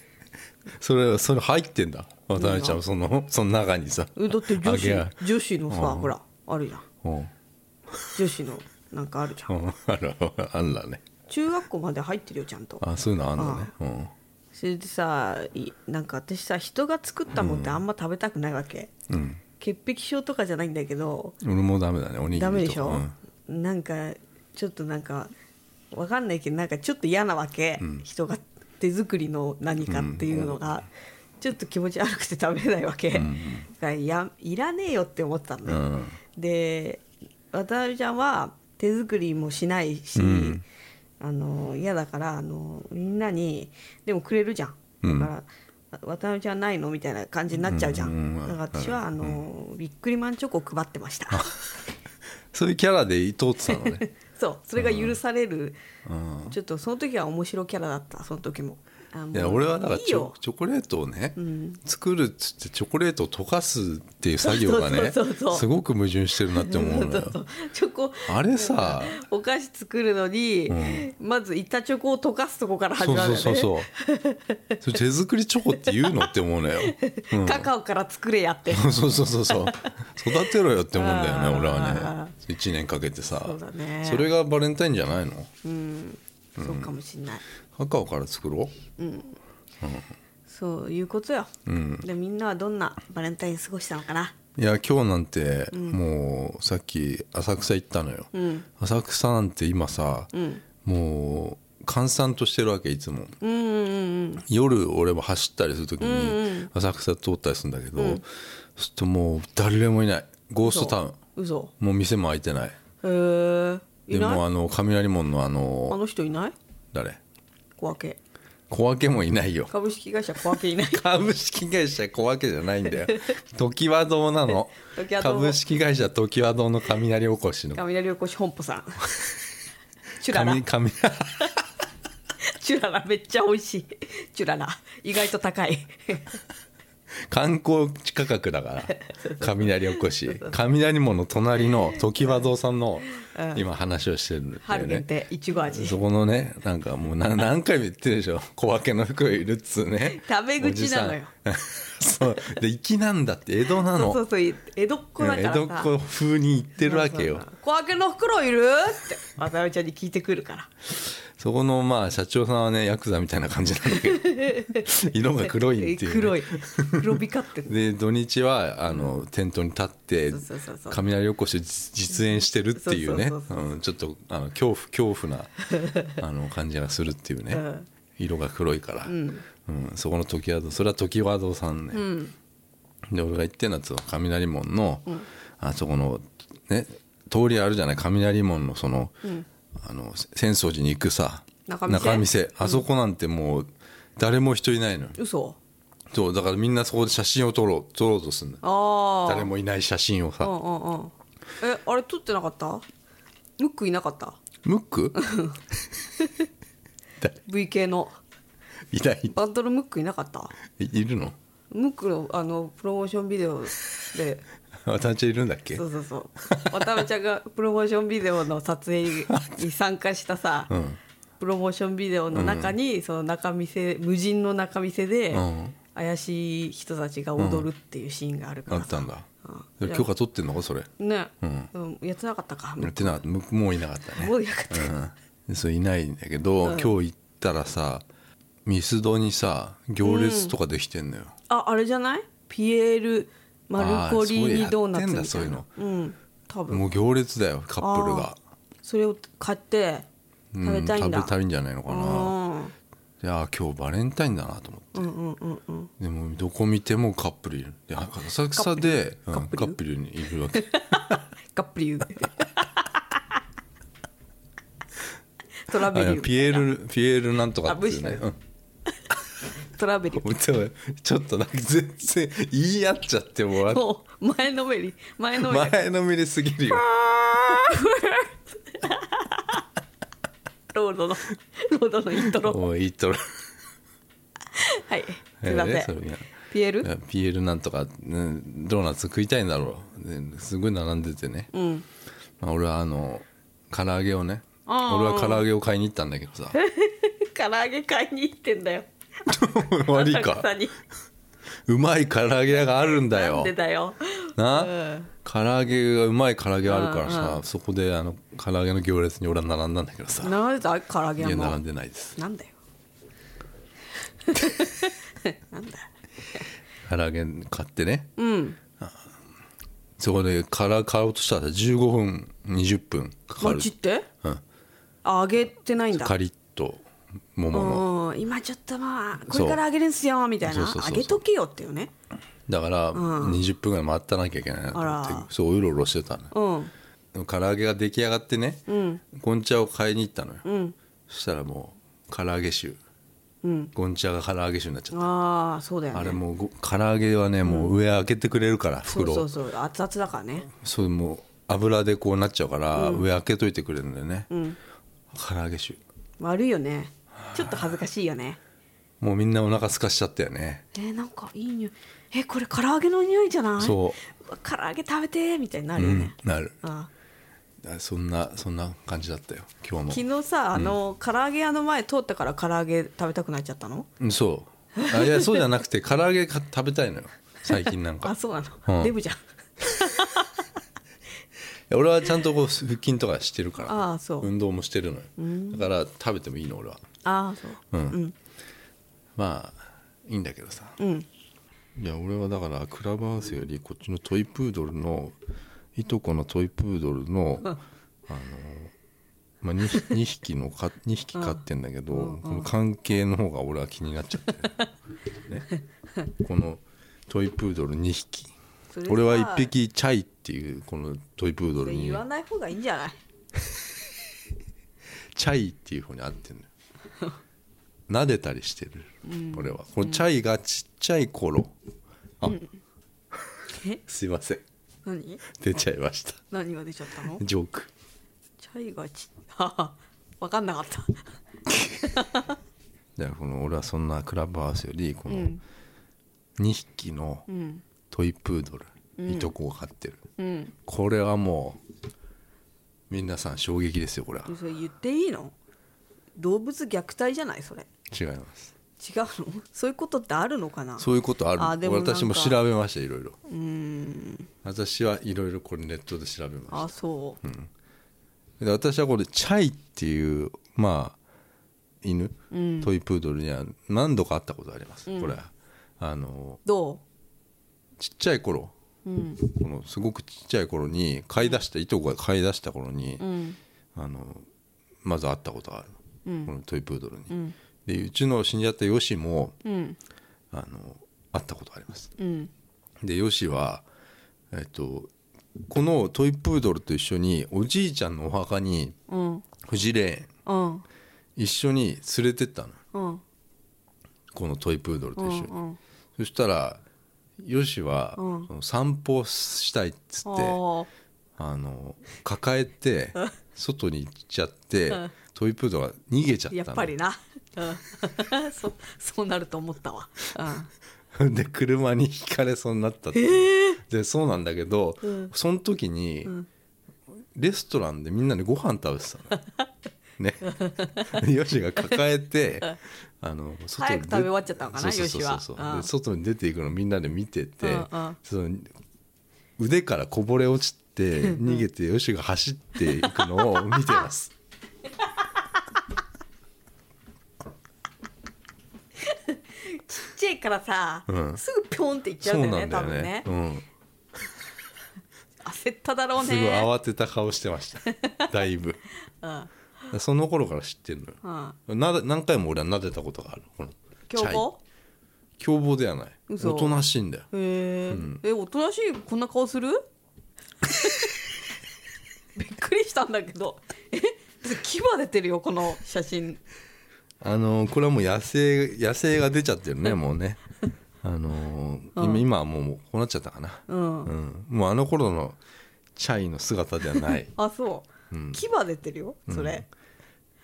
S1: それそれ入ってんだ渡辺ちゃんそのその中にさ
S2: うだって女
S1: あげや
S2: 子女子のさ、
S1: うん
S2: ほらあるじゃん
S1: うん
S2: 女子のなんかあるじゃ
S1: うんんあるあんだね
S2: 中学校まで入ってるよちゃんと
S1: あそういうのあんだねうん
S2: それでさいなんか私さ人が作ったもんってあんま食べたくないわけ、
S1: うん
S2: 潔癖症とかじゃないんだけど
S1: 俺もダメだねおにぎりと
S2: ダ
S1: か
S2: メでしょ
S1: うん、
S2: なんかちょっとなんかわかんないけどなんかちょっと嫌なわけ、人が手作りの何かっていうのが、ちょっと気持ち悪くて食べれないわけ、だからやいらねえよって思ってたんだよ、
S1: うん
S2: で渡辺ちゃんは手作りもしないし、
S1: ん
S2: あの嫌だからあのみんなにでもくれるじゃんだから、渡辺ちゃんないのみたいな感じになっちゃうじゃん、
S1: うんうん
S2: だから私は、あのビックリマンチョコを配って ました
S1: そういうキャラで通ってたのね
S2: そうそれが許される、
S1: うん
S2: ちょっとその時は面白キャラだったその時もあもう
S1: いや俺はだから
S2: いい
S1: チョ
S2: よ
S1: チョコレートをね、作るっつってチョコレートを溶かすっていう作業がね
S2: そうそうそうそう
S1: すごく矛盾してるなって思うのよ
S2: チョコ
S1: あれさ
S2: お菓子作るのに、まず板チョコを溶かすとこから始
S1: そう
S2: まる
S1: そ
S2: よ
S1: う
S2: ね
S1: そうそうそれ手作りチョコって言うのって思うのよ、 うん
S2: カカオから作れやって
S1: そうそうそうそう育てろよって思うんだよ
S2: あ
S1: ね
S2: ー
S1: 俺はね1年かけてさ
S2: そうだね
S1: それがバレンタインじゃないの
S2: そうかもしんない
S1: カカオから作ろ
S2: そういうことよ、でみんなはどんなバレンタイン過ごしたのかな
S1: ういや今日なんて、もうさっき浅草行ったのよ、浅草なんて今さ、もう閑散としてるわけいつも、
S2: うんうんうん
S1: 夜俺も走ったりする時に浅草通ったりするんだけど、そうするともう誰もいないゴーストタウン
S2: 嘘
S1: もう店も開いてない
S2: へえい
S1: で
S2: ない
S1: もあの雷門のあ
S2: あ
S1: の
S2: の人いない
S1: 誰
S2: 小分け
S1: 小分けもいないよ
S2: 株式会社小分けいない
S1: 株式会社小分けじゃないん だよ時和堂なの
S2: 常盤堂
S1: 株式会社時和堂の雷おこしの
S2: 雷おこし本舗さ んチュララ
S1: 神神
S2: チュララめっちゃ美味しいチュララ意外と 高い
S1: 観光地価格だ から雷おこし雷門の隣の時和堂さんの今話をしてるんだよね
S2: 春限定いちご味
S1: そこのねなんかもう何何回も言ってるでしょ小分けの服いるっつうね
S2: 食べ口なのよ
S1: おじさん そうで粋なんだって江戸な
S2: そうそ
S1: の
S2: うそう江戸っ子だからさ
S1: 江戸っ子風に言ってるわけよ
S2: そうそうそう小分けの袋いるって渡辺ちゃんに聞いてくるから
S1: そこのまあ社長さんはねヤクザみたいな感じなんだけど 色が黒いっていう、ね、
S2: 黒い黒光ってる
S1: で土日はあのテントに立って
S2: そうそうそうそう
S1: 雷おこしを実実演してるっていうね
S2: そうそうそう
S1: うんちょっとあの恐怖恐怖 なあの感じがするっていうね、
S2: ん
S1: 色が黒いから、うんそこの時和堂それは時和堂さんね、で俺が行ってんのはその雷門の、あそこのね通りあるじゃない雷門のその,、あの浅草寺に行くさ
S2: 仲見世
S1: あそこなんてもう誰も人いないのよ
S2: 嘘
S1: そうだからみんなそこで写真を撮ろう撮ろうとするんだ
S2: ああ
S1: 誰もいない写真を
S2: う
S1: さ
S2: んうんうんえあれ撮ってなかったムックいなかった
S1: ムック
S2: VK の
S1: いない
S2: バンドのムックいなかった
S1: いるの
S2: ムックのあのプロモーションビデオ で
S1: 私ちゃんいるんだっけ
S2: そうそうそう渡辺ちゃんがプロモーションビデオの撮影に参加したさ、
S1: ん
S2: プロモーションビデオの中に、その中見せ無人の中見せで、
S1: うん
S2: 怪しい人たちが踊るっていうシーンがあるか
S1: あ
S2: ら
S1: っ
S2: さ、
S1: たんだ
S2: う
S1: 許
S2: ん
S1: 可取ってんのかそれ
S2: ね、
S1: うん
S2: うんやってなかったか
S1: やってなかったムックもういなかったね
S2: もうやかった、
S1: うんでそれいないんだけど、今日行ったらさミスドにさ行列とかできてんのよ、
S2: ああれじゃないピエール・マルコリーニドーナツみたい
S1: あー
S2: な
S1: そうやって
S2: うん多分
S1: もう行列だよカップルが、
S2: それを買って食べたいんだ、
S1: うん食べたいんじゃないのかな
S2: うん
S1: いやー今日バレンタインだなと思って、
S2: うんうんうん
S1: でもどこ見てもカップルいるであ浅草でうん
S2: カ
S1: カ
S2: ップル
S1: ップルにいるわけ
S2: がっぷ り言うトラ
S1: あ
S2: ベ
S1: い
S2: ル
S1: やピエールピエールなんとかっていう
S2: あ
S1: ね
S2: ブッシュ
S1: うん
S2: トラベリ
S1: もうでもちょっとなんか全然言い合っちゃってもう
S2: もう前のめり前のめり
S1: 前のめりすぎ るよ
S2: ロードのロードのイントロ
S1: もういいとろ
S2: はいすいません、
S1: えーそれが
S2: ピエール
S1: いやピエールなんとか、うんドーナツ食いたいんだろうですごい並んでてね、
S2: うん
S1: まあ、俺はあの唐揚げをね俺
S2: あー
S1: は唐揚げを買いに行ったんだけどさ
S2: 唐揚げ買いに行ってんだよ
S1: 悪い
S2: 浅草
S1: か
S2: に
S1: うまい唐揚げ屋があるんだ
S2: な
S1: よ
S2: んでだよ
S1: な、
S2: うん
S1: 唐揚げがうまい唐揚げあるからさ、
S2: うん
S1: そこであの唐揚げの行列に俺は並んだんだけどさ
S2: 並んでた唐揚げ
S1: いや
S2: 屋も
S1: 並んでないです
S2: なんだよなんだ
S1: 唐揚げ買ってね
S2: うん
S1: そこでから買おうとしたら15分20分かかる
S2: 餅って
S1: うん
S2: あ揚げてないんだ
S1: カリッと桃の
S2: うん今ちょっとまあこれから揚げるんすよみたい
S1: そう
S2: な
S1: そうそうそう
S2: 揚げとけよっていうね
S1: だから20分ぐらい待たなきゃいけないなと思って
S2: あら
S1: そううろうろしてたのよ
S2: うん
S1: でも唐揚げが出来上がってね
S2: うん
S1: ゴンチャを買いに行ったのよ
S2: うん
S1: そしたらもう唐揚げ臭
S2: うん
S1: ゴンチャが唐揚げ臭になっちゃっ
S2: ああそうだよ
S1: た
S2: ね
S1: あれもうご唐揚げはねもう上開けてくれるから
S2: そう
S1: 袋
S2: そう
S1: を
S2: そう熱々だからね
S1: そうもう油でこうなっちゃうから上開けといてくれるんだよね唐揚げ臭
S2: 悪いよねちょっと恥ずかしいよね
S1: もうみんなお腹空かしちゃったよね
S2: えー、なんかいい匂いえこれ唐揚げの匂いじゃない
S1: そう
S2: うわ唐揚げ食べてーみたいにな
S1: う
S2: るよ
S1: ん
S2: ね、
S1: なる
S2: あ
S1: あそんなそんな感じだったよ今
S2: ー
S1: 日も
S2: 昨日さあの、唐揚げ屋の前通ったから唐揚げ食べたくなっちゃったの
S1: うんそうあいやそうじゃなくて唐揚げか食べたいのよ最近なん
S2: あ
S1: か
S2: そうな
S1: う
S2: の
S1: ん
S2: デブ じゃん
S1: 俺はちゃんとこう腹筋とかしてるから
S2: あーそう
S1: 運動もしてるのよだから食べてもいいの俺は
S2: ああそう
S1: うん、まあいいんだけどさ
S2: うん
S1: いや俺はだからクラブハウスよりこっちのトイプードルのいとこのトイプードル のあの、まあ、2, 匹二匹のか2匹飼ってんだけど、この関係の方が俺は気になっちゃ って、ね、このトイプードル2匹
S2: それさ
S1: 俺は1匹チャイっていうこのトイプード
S2: そ
S1: ル
S2: れ
S1: に
S2: 言わない方がいいんじゃない
S1: チャイっていう方に合 ってんのよ撫でたりしてる、俺はこのチャイがちっちゃい頃あ、
S2: え
S1: すいません
S2: 何
S1: 出ちゃいました
S2: 何が出ちゃったの
S1: ジョーク
S2: チャイがち わかんなかった
S1: だからこの俺はそんなクラブハウスよりこの
S2: ん
S1: 2匹の
S2: うん
S1: トイプードル、いとこを飼ってる
S2: うん
S1: これはもう皆さん衝撃ですよこれは
S2: それ言っていいの動物虐待じゃないそれ
S1: 違います
S2: 違うのそういうことってあるのかな
S1: そういうことある
S2: あでもなんか
S1: 私も調べましたいろいろ私はいろいろこれネットで調べました
S2: あそう、
S1: で私はこれチャイっていうまあ犬、トイプードルには何度か会ったことあります、これあの
S2: ど
S1: ちっちゃい頃
S2: ううん
S1: このすごくちっちゃい頃に飼い出したいとこが飼い出した頃に、
S2: うん
S1: あのまず会ったことがある、
S2: うん
S1: このトイプードルに、
S2: うん
S1: でうちの死んじゃったヨシも
S2: うん
S1: あの会ったことがあります
S2: うん
S1: でヨシはえっとこのトイプードルと一緒におじいちゃんのお墓に
S2: うん
S1: フジレーン
S2: うん
S1: 一緒に連れてったの
S2: うん
S1: このトイプードルと一緒に、
S2: うん
S1: そしたらヨシは、
S2: うん
S1: その散歩したいっつ
S2: あ
S1: って
S2: ー
S1: あの抱えて外に行っちゃって、
S2: うん
S1: トイプードルが逃げちゃったの
S2: やっぱりな、うん、そそうなると思ったわ、
S1: で車にひかれそうになったって、でそうなんだけど、
S2: うん
S1: その時に、レストランでみんなでご飯食べてたの。 ね、 でヨシが抱えてあの外
S2: 早く食べ終わっちゃったのかな
S1: そうそうそうそう
S2: ヨシはうん
S1: で外に出ていくのみんなで見てて、
S2: うんうん
S1: その腕からこぼれ落ちて逃げてヨシが走っていくのを見てます。
S2: うん、ちっちゃいからさ、
S1: うん
S2: すぐピョンっていっちゃう
S1: そうん
S2: だ
S1: な
S2: よ
S1: ん
S2: ね
S1: だ
S2: 多
S1: よね
S2: 分ね、
S1: うん
S2: 焦っただろう
S1: すごい
S2: ね
S1: 慌てた顔してましただいぶ
S2: うん
S1: その頃から知ってるのよ
S2: うん
S1: なで何回も俺は撫でたことがあるこの
S2: 凶暴
S1: チャイ凶暴ではないお
S2: 嘘
S1: となしいんだよ
S2: へえ、えおとなしいこんな顔する びっくりしたんだけどえだって牙出てるよこの写真
S1: あのこれはもう野生野生が出ちゃってるねもうねあの今今はもうこうなっちゃったかな、
S2: うん
S1: うん、もうあの頃のチャイの姿ではない
S2: あそう、
S1: うん
S2: 牙出てるよそれ、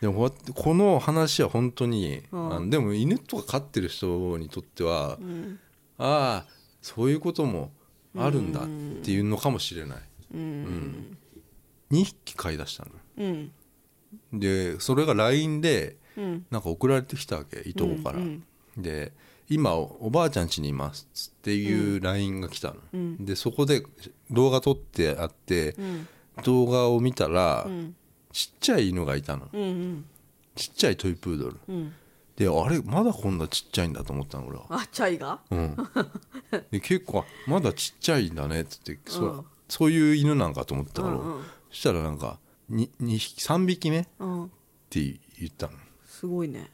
S1: でもこうやってこの話は本当に、
S2: うん
S1: あのでも犬とか飼ってる人にとっては、
S2: うん
S1: ああそういうこともあるんだっていうのかもしれない、
S2: うん
S1: 2匹飼い出したの
S2: うん
S1: でそれが LINE で
S2: うん
S1: なんか送られてきたわけいとこから、
S2: うん
S1: で今おおばあちゃん家にいますっていう LINE が来たの、
S2: うん
S1: でそこで動画撮ってあって
S2: う、ん
S1: 動画を見たら、
S2: うん
S1: ちっちゃい犬がいたの
S2: うんうん
S1: ちっちゃいトイプードル
S2: うん
S1: であれまだこんなちっちゃいんだと思ったの俺は、
S2: あチャイが
S1: うん、で結構あまだちっちゃいんだねっつって、そ
S2: うん
S1: そういう犬なんかと思ったから、
S2: うんうん
S1: そしたらなんかに二匹3匹目っ
S2: うん
S1: て言ったの
S2: すごいね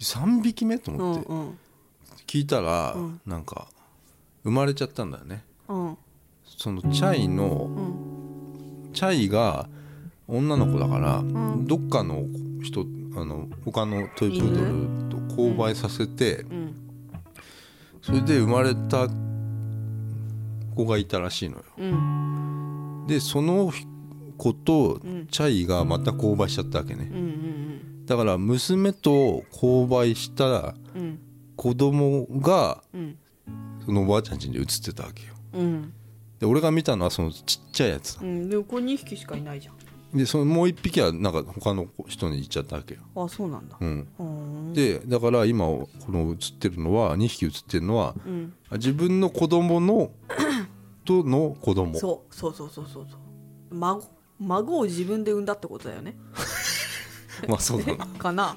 S1: 3匹目と
S2: う
S1: 思
S2: ん
S1: って、
S2: うん
S1: 聞いたら、なんか生まれちゃったんだよね
S2: うん
S1: そのチャイ
S2: う
S1: の
S2: ん
S1: チャイが女の子だから、
S2: ん
S1: どっかの人あの他のトイプードルと交配させて、
S2: うん
S1: それで生まれた子がいたらしいのよ
S2: うん
S1: でその子と
S2: うん
S1: チャイがまた交配しちゃったわけね
S2: うんうん
S1: だから娘と交配した
S2: うん
S1: 子供が
S2: うん
S1: そのおばあちゃん家に移ってたわけよ
S2: うん
S1: で俺が見たのはそのちっちゃいやつだ
S2: うんでもこれ2匹しかいないじゃん
S1: でそのもう一匹はなんか他の人に行っちゃったわけよ、
S2: あそうなんだ
S1: うん、
S2: うん
S1: でだから今この映ってるのは2匹映ってるのは
S2: うん
S1: 自分の子供のとの子供
S2: そうそうそうそうそうそう孫孫を自分で産んだってことだよね
S1: まあ そうだな、
S2: かな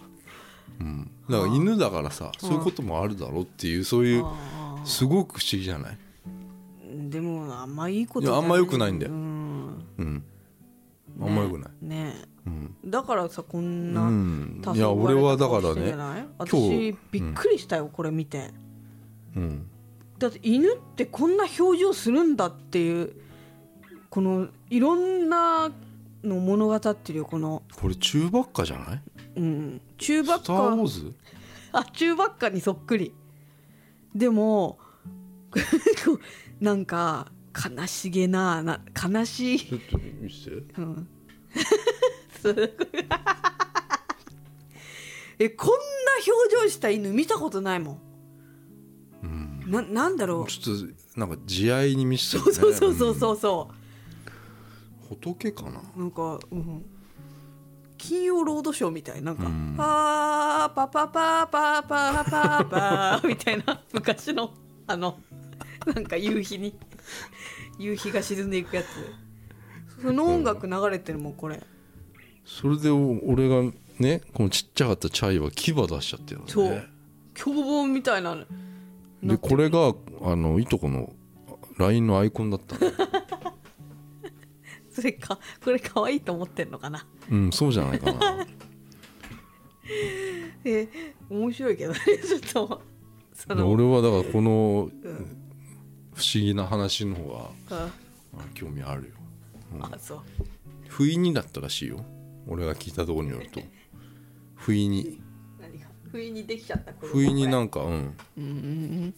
S1: うん、だから犬だからさそういうこともあるだろうっていうそういう
S2: あ
S1: すごく不思議じゃない、
S2: ーでもあんまいいことじ
S1: い
S2: ゃ
S1: やあんま良くないんだよ
S2: うん
S1: うん、あんまよくない、
S2: ね
S1: うん
S2: だからさこん
S1: う
S2: な、
S1: ん
S2: 多、
S1: い
S2: 数
S1: や俺はだから
S2: 生まれた顔してんじ
S1: ね、
S2: ゃない
S1: 今
S2: 私
S1: 日
S2: びっくりしたよ、これ見て
S1: うん、
S2: だって犬ってこんな表情するんだっていうこのいろんなの物語ってるよこの、
S1: これ中ばっかじゃない
S2: うん、
S1: 「
S2: 中
S1: ス
S2: ばっ
S1: ター・ウォー
S2: か
S1: ズ
S2: あ中ばっかにそっくりでも なんか悲しげなな悲し」い
S1: ちょっと見せて
S2: うん すごい えこんな表情した犬見たことないもん、ななんだろう
S1: ちょっとなんか慈愛に見せて
S2: そうそうそうそうそうそ
S1: うん仏かな
S2: うなんか、うん、金曜ロードショーみたいなんか「
S1: ん
S2: パーパパパーパーパーパーパー」みたいな 昔のあのなんか夕日に夕日が沈んでいくやつその音楽流れてるもんこれ
S1: それでお俺がねこのちっちゃかったチャイは牙出しちゃってる
S2: そ
S1: の
S2: う
S1: ね
S2: 凶暴みたいなの
S1: でこれがあのいとこの LINE のアイコンだったの
S2: それかこれ可愛いと思ってんのかな
S1: うんそうじゃないかな
S2: え面白いけどね ちょっとそ
S1: で
S2: の
S1: 俺はだからこの不思議な話の方が
S2: あ
S1: あ興味あるよ
S2: あそう
S1: 不意にだったらしいよ俺が聞いたところによると不意に
S2: 何が不意にできちゃった子供
S1: 不意に
S2: これ
S1: なんかうん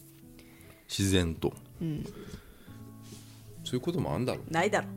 S1: 自然と、そういうこともあんだろう
S2: ないだろ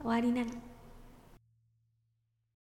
S3: 終わりなの